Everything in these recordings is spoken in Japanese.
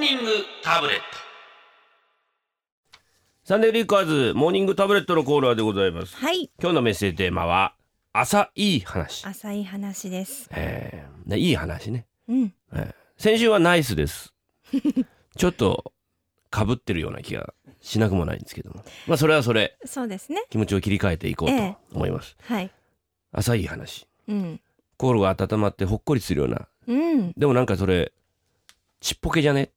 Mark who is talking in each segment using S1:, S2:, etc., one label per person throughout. S1: ニングタブレット
S2: サンデーリッカーズモーニングタブレットのコーナーでございます
S3: はい
S2: 今日のメッセージテーマは朝いい話、
S3: 浅い話です
S2: えーねいい話ね
S3: うん
S2: 先週はナイスですちょっとかぶってるような気がしなくもないんですけどもまあそれはそれ
S3: そうですね
S2: 気持ちを切り替えていこう
S3: ええ
S2: と思います、
S3: はい
S2: 朝いい話
S3: うん
S2: 心が温まってほっこりするような
S3: うん
S2: でもなんかそれちっぽけじゃね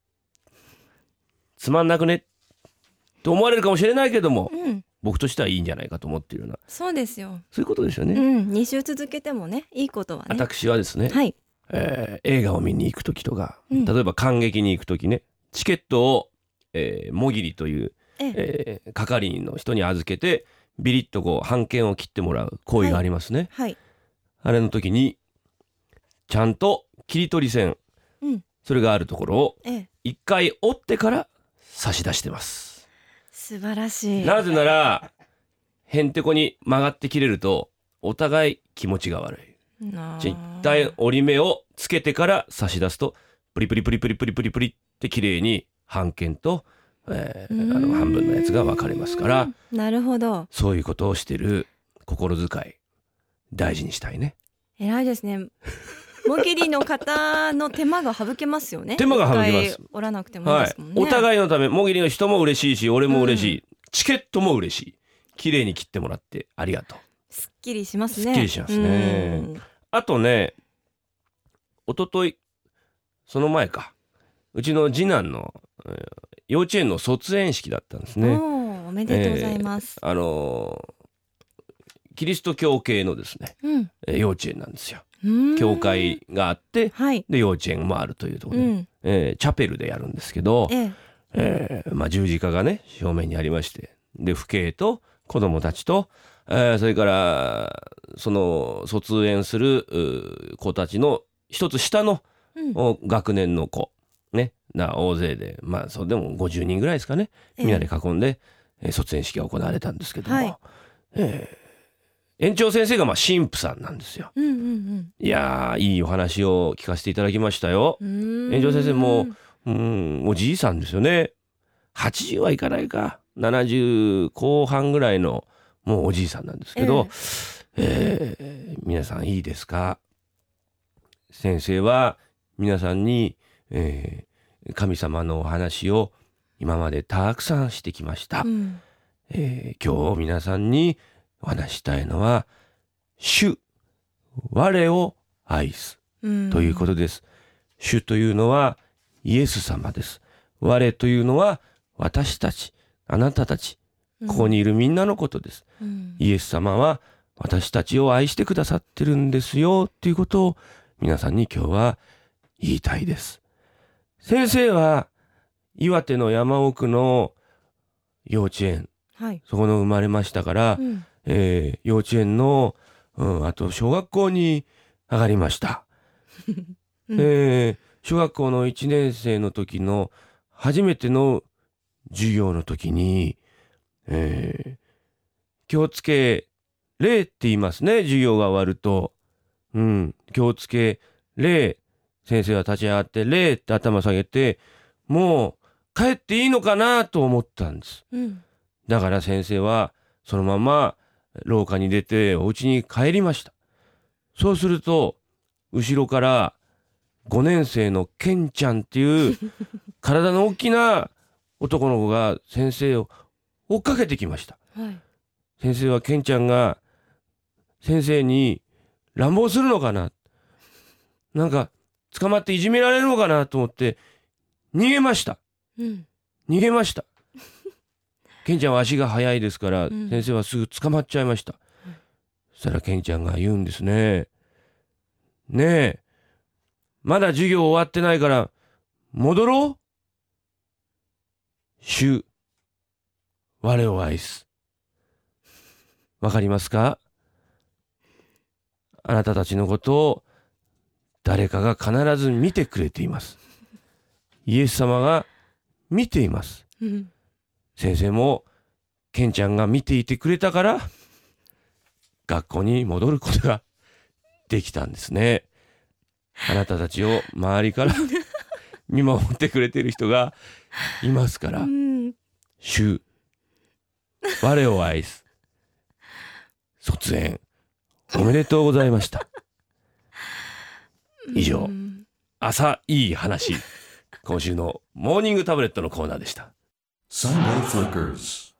S2: つまんなくねと思われるかもしれないけども
S3: うん
S2: 僕としてはいいんじゃないかと思っているような
S3: そうですよ
S2: そういうことですよね、
S3: うん二週続けてもねいいことはね
S2: 私はですね、
S3: はい
S2: えー映画を見に行く時とか、
S3: うん
S2: 例えば観劇に行く時ねチケットを、えー、もぎりという、
S3: ええ
S2: えー係員の人に預けてビリッとこう半券を切ってもらう行為がありますね、
S3: はい
S2: あれの時にちゃんと切り取り線、
S3: うん
S2: それがあるところを
S3: ええ
S2: 一回折ってから差し出してます、
S3: 素晴らしい
S2: なぜならへんてこに曲がって切れるとお互い気持ちが悪い
S3: なあ
S2: 一旦折り目をつけてから差し出すとプリプリプリプリプリプリプリって綺麗に半券と、え
S3: うー
S2: ー
S3: ん
S2: あの半分のやつが分かれますから
S3: なるほど
S2: そういうことをしてる心遣い大事にしたいね
S3: 偉いですね。もぎりの方の手間が省けますよね。
S2: 手間が省けます
S3: 一回折らなくてもいい
S2: は
S3: で
S2: い
S3: すもんね。
S2: お互いのためもぎりの人も嬉しいし俺も嬉しい、チケットも嬉しい綺麗に切ってもらってありがとう
S3: すっきりしますね。
S2: すっきりしますね
S3: うん。
S2: あとね一昨日その前かうちの次男の、えー幼稚園の卒園式だったんですね、
S3: おーおめでとうございます。
S2: あのーキリスト教系のですね、
S3: うん
S2: えー幼稚園なんですよ。
S3: うーん。
S2: 教会があって
S3: はい。
S2: で幼稚園もあるというとこ
S3: う
S2: ろで、
S3: ん。
S2: えーチャペルでやるんですけど、
S3: ええ。
S2: えーまあ、十字架がね正面にありましてで父兄と子供たちと、えーそれからその卒園するうー子たちの一つ下の
S3: う ん。
S2: お学年の子ねな大勢でまあそれでも50人ぐらいですかね
S3: ええ
S2: みんなで囲んで、えー卒園式が行われたんですけども、
S3: はい
S2: えー園長先生がまあ神父さんなんですよ。
S3: うんうん
S2: いやーいいお話を聞かせていただきましたよ
S3: う。ん。うーん
S2: 園長先生もうんおじいさんですよね。80はいかないか70後半ぐらいのもうおじいさんなんですけど、えー皆さんいいですか先生は皆さんに、えー神様のお話を今までたくさんしてきました。
S3: うん。
S2: えー今日皆さんにお話ししたいのは「主我を愛す
S3: うん」
S2: ということです。主というのはイエス様です。我というのは私たちあなたたちここ。にいるみんなのことです。
S3: うん
S2: イエス様は私たちを愛してくださってるんですよということを皆さんに今日は言いたいです。先生は岩手の山奥の幼稚園
S3: はい。
S2: そこの生まれましたから、
S3: うん
S2: えー幼稚園の、うん、あと小学校に上がりました、
S3: うん
S2: えー小学校の1年生の時の初めての授業の時に、えー気をつけ礼って言いますね授業が終わると、うん、気をつけ礼先生は立ち上がって礼って頭下げてもう帰っていいのかなと思ったんです
S3: うん。
S2: だから先生はそのまま廊下に出てお家に帰りました。そうすると後ろから5年生のケンちゃんっていう体の大きな男の子が先生を追っかけてきました。
S3: はい。
S2: 先生はケンちゃんが先生に乱暴するのかななんか捕まっていじめられるのかなと思って逃げました。
S3: うん。
S2: 逃げました ケンちゃんは足が速いですから、
S3: ん
S2: 先生はすぐ捕まっちゃいました、
S3: うん
S2: そしたらケンちゃんが言うんですねねえまだ授業終わってないから戻ろう主我を愛すわかりますかあなたたちのことを誰かが必ず見てくれていますイエス様が見ています
S3: うん。
S2: 先生もケンちゃんが見ていてくれたから学校に戻ることができたんですねあなたたちを周りから見守ってくれてる人がいますか
S3: う
S2: ら
S3: ん、
S2: 主我を愛す卒園おめでとうございました以上
S3: うん
S2: 朝いい話今週のモーニングタブレットのコーナーでした
S1: Sunday Flickers.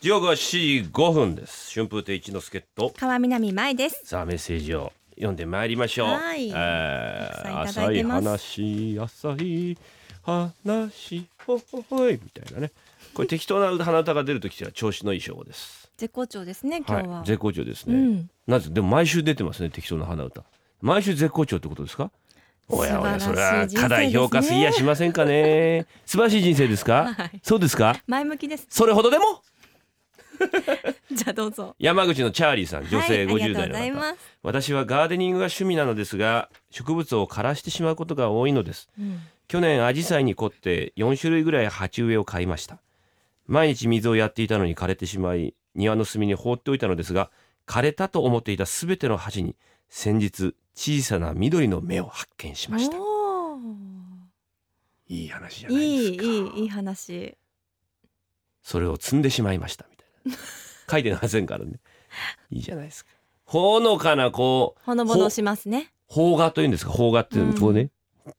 S2: 時刻は7時5分です春風亭一之輔と
S3: 川南舞です。
S2: さあメッセージを読んでまいりましょう。
S3: はい
S2: えー
S3: たくさん
S2: 浅
S3: いただい
S2: い
S3: てます
S2: 話、浅い話、ほほほいみたいなね。これ適当な鼻歌が出るときは調子のいい証拠です。
S3: 絶好調ですね、今日は。
S2: はい、絶好調です
S3: う
S2: ね。
S3: ん、
S2: なんですでも毎週出てますね適当な鼻歌。毎週絶好調ってことですか？おやおや、そ
S3: 素晴
S2: れ
S3: らし
S2: はい
S3: 人生ですね
S2: 過大評価すぎやしませんか ね。素晴らしい人生ですか？
S3: はい
S2: そうですか？
S3: 前向きです。
S2: それほどでも
S3: じゃあどうぞ。
S2: 山口のチャーリーさん、女性50代の
S3: はい、ありがとうござい
S2: 方。
S3: ます。
S2: 私はガーデニングが趣味なのですが植物を枯らしてしまうことが多いのです
S3: うん
S2: 去年アジサイに凝って4種類ぐらい鉢植えを買いました毎日水をやっていたのに枯れてしまい庭の隅に放っておいたのですが枯れたと思っていた全ての鉢に先日小さな緑の芽を発見しました
S3: おー
S2: いい話じゃ
S3: い
S2: ない
S3: い
S2: ですか
S3: いいいい話。
S2: それを摘んでしまいましたみたいな書いてませんからねいいじゃないですかほのかなこう
S3: ほのぼのしますね。
S2: 邦画というんですか邦画っていうの
S3: うん
S2: こうね、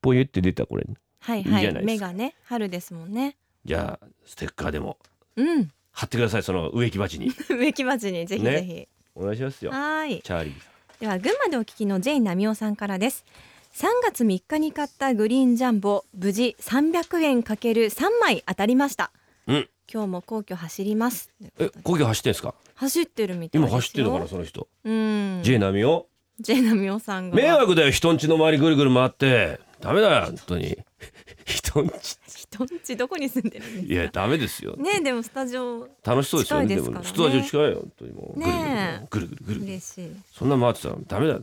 S2: ぽゆって出たこれ
S3: はい
S2: いい
S3: は
S2: じ
S3: い
S2: ゃないですか
S3: 目がね春ですもんね。
S2: じゃあステッカーでも
S3: うん。
S2: 貼ってくださいその植木鉢に
S3: 植木鉢にぜひぜひ。
S2: お願いしますよ
S3: はーい。
S2: チャーリーさん
S3: では群馬でお聞きのジェイナミオさんからです。3月3日に買ったグリーンジャンボ無事300円かける3枚当たりました。
S2: うん
S3: 今日も皇居走ります。
S2: え故郷走ってんですか
S3: 走ってるみたい
S2: 今
S3: ですよ。
S2: 走ってるのかなその人、
S3: うん。
S2: J ナミを
S3: ジェイナミオさんが。
S2: 迷惑だよ人んちの周りぐるぐる回ってダメだよ本当に 人んち
S3: 人んちどこに住んでるんですか。
S2: いやダメですよ
S3: ねでもスタジオ
S2: 楽しそうですよ
S3: 近
S2: ね
S3: い
S2: で
S3: ですから
S2: も
S3: ね
S2: 人は近いよ本当にもう
S3: ねえ
S2: ぐるぐるぐるぐるぐる
S3: 嬉しい。
S2: そんな回ってたらダメだ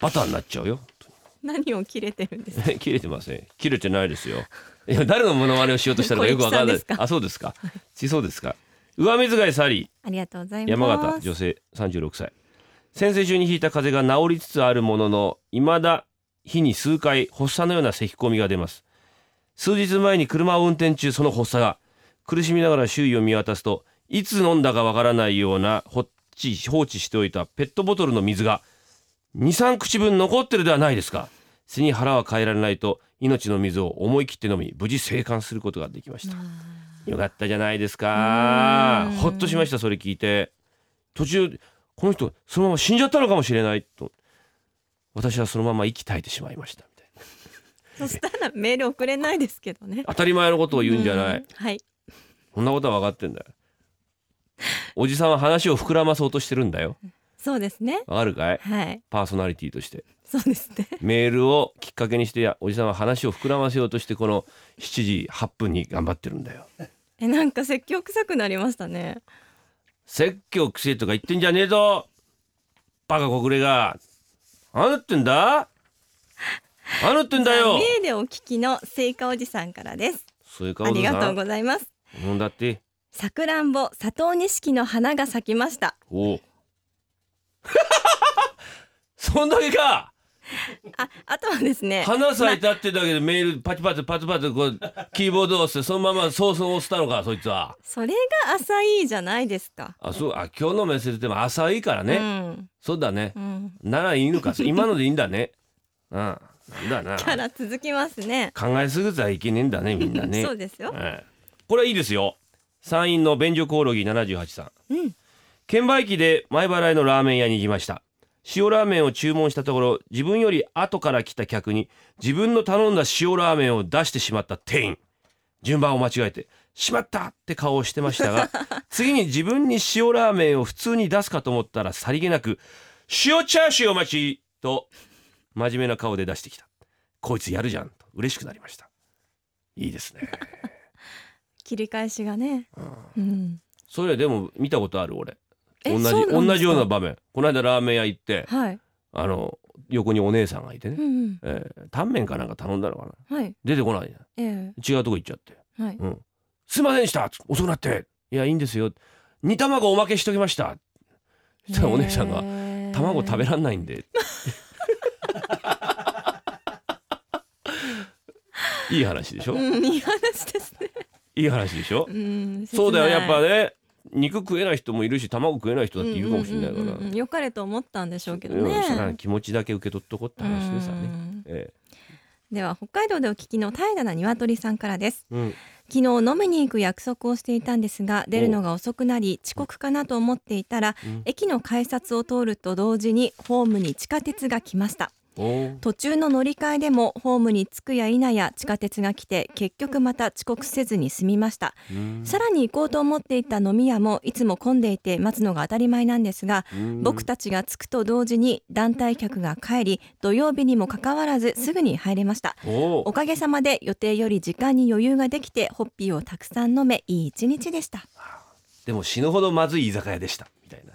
S2: バターになっちゃうよ 本当に
S3: 何を切れてるんですか。
S2: 切れてません切れてないですよいや誰のモノマネをしようとしたのかよくわからな
S3: 小
S2: い
S3: 雪さんですか
S2: あそうですかしそうですか上目遣いサリー
S3: ありがとうございます。
S2: 山形女性36歳先々週に引いた風邪が治りつつあるものの未だ日に数回発作のような咳き込みが出ます数日前に車を運転中その発作が苦しみながら周囲を見渡すといつ飲んだかわからないような放置放置しておいたペットボトルの水が23口分残ってるではないですか背に腹は変えられないと命の水を思い切って飲み無事生還することができましたよかったじゃないですか
S3: うーん
S2: ほっとしましたそれ聞いて途中この人そのまま死んじゃったのかもしれないと私はそのまま息絶えてしまいましたみたいな
S3: そしたらメール送れないですけどね。
S2: 当たり前のことを言うんじゃない、
S3: うはい。
S2: こんなことは分かってんだよおじさんは話を膨らまそうとしてるんだよ
S3: そうですね。
S2: わかるかい
S3: はい。
S2: パーソナリティとして
S3: そうですね。
S2: メールをきっかけにしておじさんは話を膨らませようとしてこの7時8分に頑張ってるんだよ
S3: え、なんか説教臭くなりましたね。
S2: 説教くせえとか言ってんじゃねえぞバカ小暮があなってんだあなってんだよ
S3: メールをお聞きのスイカおじさんからです。
S2: そういう顔
S3: あ
S2: だ
S3: りがとう
S2: な
S3: ございます。
S2: 飲んだって
S3: さくらんぼ、佐藤錦の花が咲きました。
S2: おう そんだけか
S3: あ、あとはですね。
S2: 花咲いたってだけでメールパチパチパチパチこうキーボードを押してそのままソースを押したのかそいつは
S3: それが浅いじゃないですか。
S2: あそうあ今日のメッセージでも浅いからね、そうだね
S3: うん。うん。
S2: ならいいの か今のでいいんだねうんなんだな
S3: キャラ続きますね。
S2: 考えすぎちゃいけねえんだねみんなね
S3: そうですよ。
S2: ええこれはいいですよ山陰の便所コオロギ78さん
S3: うん。
S2: 券売機で前払いのラーメン屋に行きました塩ラーメンを注文したところ自分より後から来た客に自分の頼んだ塩ラーメンを出してしまった店員順番を間違えて「しまった!」って顔をしてました が次に自分に塩ラーメンを普通に出すかと思ったらさりげなく「塩チャーシューお待ち!」と真面目な顔で出してきたこいつやるじゃんと嬉しくなりましたいいですね
S3: 切り返しがね。うん。
S2: それでも見たことある俺
S3: え
S2: 同じ
S3: そうなんですか
S2: 同じような場面この間ラーメン屋行って
S3: はい。
S2: あの横にお姉さんがいてね、
S3: うん
S2: えータンメンかなんか頼んだのかな
S3: うん。はい。
S2: 出てこないな
S3: ええ。
S2: 違うとこ行っちゃって
S3: は
S2: 「
S3: い
S2: う。ん、すいませんでした遅くなって」「いやいいんですよ煮卵おまけしときました」そしたらお 姉さんが「卵食べらんないんで」いい話でしょ
S3: うん、いい話ですね。
S2: いい話でしょ
S3: うん、
S2: そうだよ
S3: 切ない
S2: やっぱね肉食えない人もいるし卵食えない人だっているかもしれないから
S3: うんうんうんうん良かれと思ったんでしょうけど
S2: うんそら
S3: ね。
S2: 気持ちだけ受け取っとこって話ですよ
S3: う
S2: ね
S3: ん
S2: え
S3: では北海道でお聞きの平な鶏さんからです。
S2: えうん
S3: 昨日飲みに行く約束をしていたんですが出るのが遅くなり遅刻かなと思っていたら
S2: うん
S3: 駅の改札を通ると同時にホームに地下鉄が来ました
S2: おー
S3: 途中の乗り換えでもホームに着くや否や地下鉄が来て結局また遅刻せずに済みました
S2: うん
S3: さらに行こうと思っていた飲み屋もいつも混んでいて待つのが当たり前なんですが
S2: うん
S3: 僕たちが着くと同時に団体客が帰り土曜日にもかかわらずすぐに入れました
S2: お
S3: お
S2: ー
S3: かげさまで予定より時間に余裕ができてホッピーをたくさん飲めいい一日でした
S2: でも死ぬほどまずい居酒屋でしたみたいな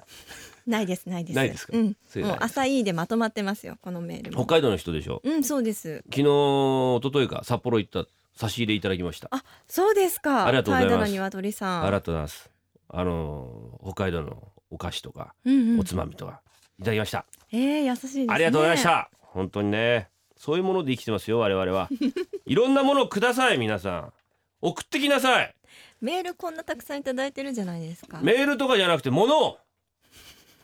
S3: ないですないです
S2: ないですか
S3: うん
S2: そういうの
S3: も
S2: ないで
S3: う
S2: す
S3: 朝いいでまとまってますよこのメール
S2: 北
S3: も
S2: 海道の人でしょ
S3: うんそうです
S2: 昨日一昨日か札幌行った差し入れいただきました
S3: あそうですか
S2: ありがとうございます
S3: 平野にわとりさん
S2: ありがとうございますあのー北海道のお菓子とか
S3: うんうん
S2: おつまみとかいただきました
S3: えー、優しいですね
S2: ありがとうございました本当にねそういうもので生きてますよ我々 はいろんなものをください皆さん送ってきなさい
S3: メールこんなたくさんいただいてるじゃないですか
S2: メールとかじゃなくて物を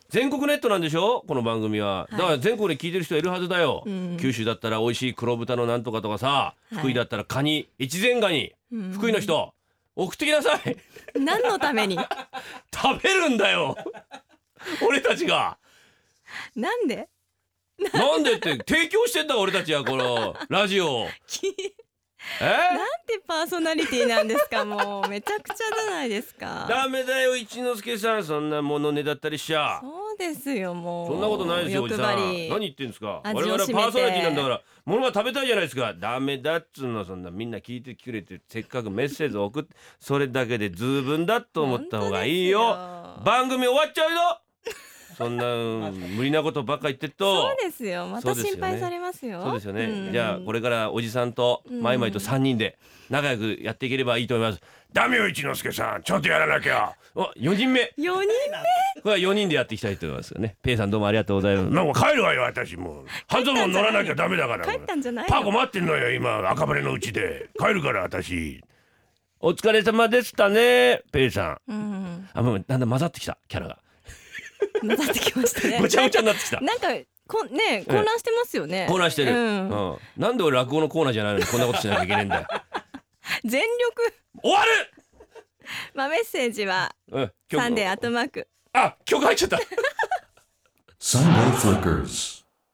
S2: 全国ネットなんでしょこの番組は、
S3: い
S2: だから全国で聞いてる人いるはずだよ、
S3: うん
S2: 九州だったら美味しい黒豚のなんとかとかさ、
S3: はい
S2: 福井だったらカニ越前ガニ
S3: うん
S2: 福井の人、送ってきなさい
S3: 何のために
S2: 食べるんだよ俺たちが
S3: なんで
S2: なんでって提供してんだ俺たちはこのラジオを
S3: き
S2: え
S3: なんてパーソナリティなんです かもうめちゃくちゃじゃないですか
S2: ダメだよ一之輔さんそんなものねだったりしちゃ
S3: そうですよもう
S2: そんなことないですよおじさん何
S3: 欲張り
S2: 言ってんですか我
S3: 味を
S2: 々はパ
S3: 占めて
S2: ーソナリティなんだから物が食べたいじゃないですかダメだっつうのそんなみんな聞いてくれてせっかくメッセージを送ってそれだけで十分だと思った方がいいよ
S3: 本当ですよ
S2: 番組終わっちゃうよそんなうん無理なことばっか言ってると
S3: そうですよま
S2: そう
S3: た
S2: ですよね
S3: 心配されますよ
S2: そうですよね、
S3: ん
S2: じゃあこれからおじさんとマイマイと3人で仲良くやっていければいいと思います、ダメよ一之輔さんちょっとやらなきゃお4人目
S3: 四人
S2: これは4人でやっていきたいと思いますよねペイさんどうもありがとうございま す
S4: なんか帰るわよ私もう半ズボン乗らなきゃダメだから
S3: 目帰ったんじゃない
S4: パコ待ってんのよ今赤羽のうちで帰るから私
S2: お疲れ様でしたねペイさん
S3: うん
S2: あもうだんだん混ざってきたキャラが
S3: 混ざってき ましたね
S2: ごちゃごちゃになってきた
S3: なんかこんね混乱してますよね
S2: 混乱してる、う
S3: うん
S2: んなんで俺落語のコーナーじゃないのにこんなことしなきゃいけないんだよ
S3: 全力
S2: 終わ
S3: まあメッセージは
S2: る、うん、曲
S3: サンデーアットマーク
S2: あ曲入っちゃった
S1: Sunday Flickers.